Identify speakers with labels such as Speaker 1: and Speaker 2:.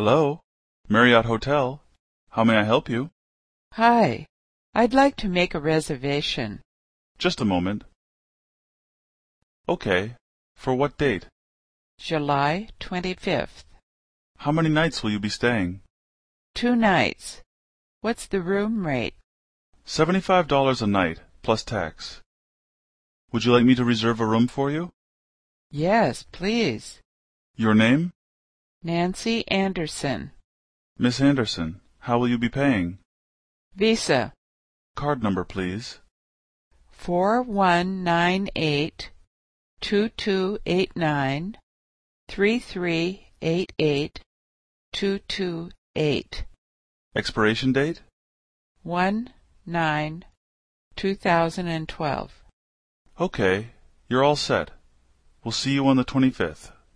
Speaker 1: Hello, Marriott Hotel. How may I help you?
Speaker 2: Hi, I'd like to make a reservation.
Speaker 1: Just a moment. Okay. For what date?
Speaker 2: July 25th.
Speaker 1: How many nights will you be staying?
Speaker 2: Two nights. What's the room rate?
Speaker 1: $75 a night, plus tax. Would you like me to reserve a room for you?
Speaker 2: Yes, please.
Speaker 1: Your name?
Speaker 2: Nancy Anderson.
Speaker 1: Miss Anderson. How will you be paying?
Speaker 2: Visa
Speaker 1: Card number, please.
Speaker 2: four one nine eight two two eight nine three three eight eight two two eight
Speaker 1: Expiration date?
Speaker 2: one nine two thousand and twelve.
Speaker 1: Okay. You're all set. We'll see you on the 25th.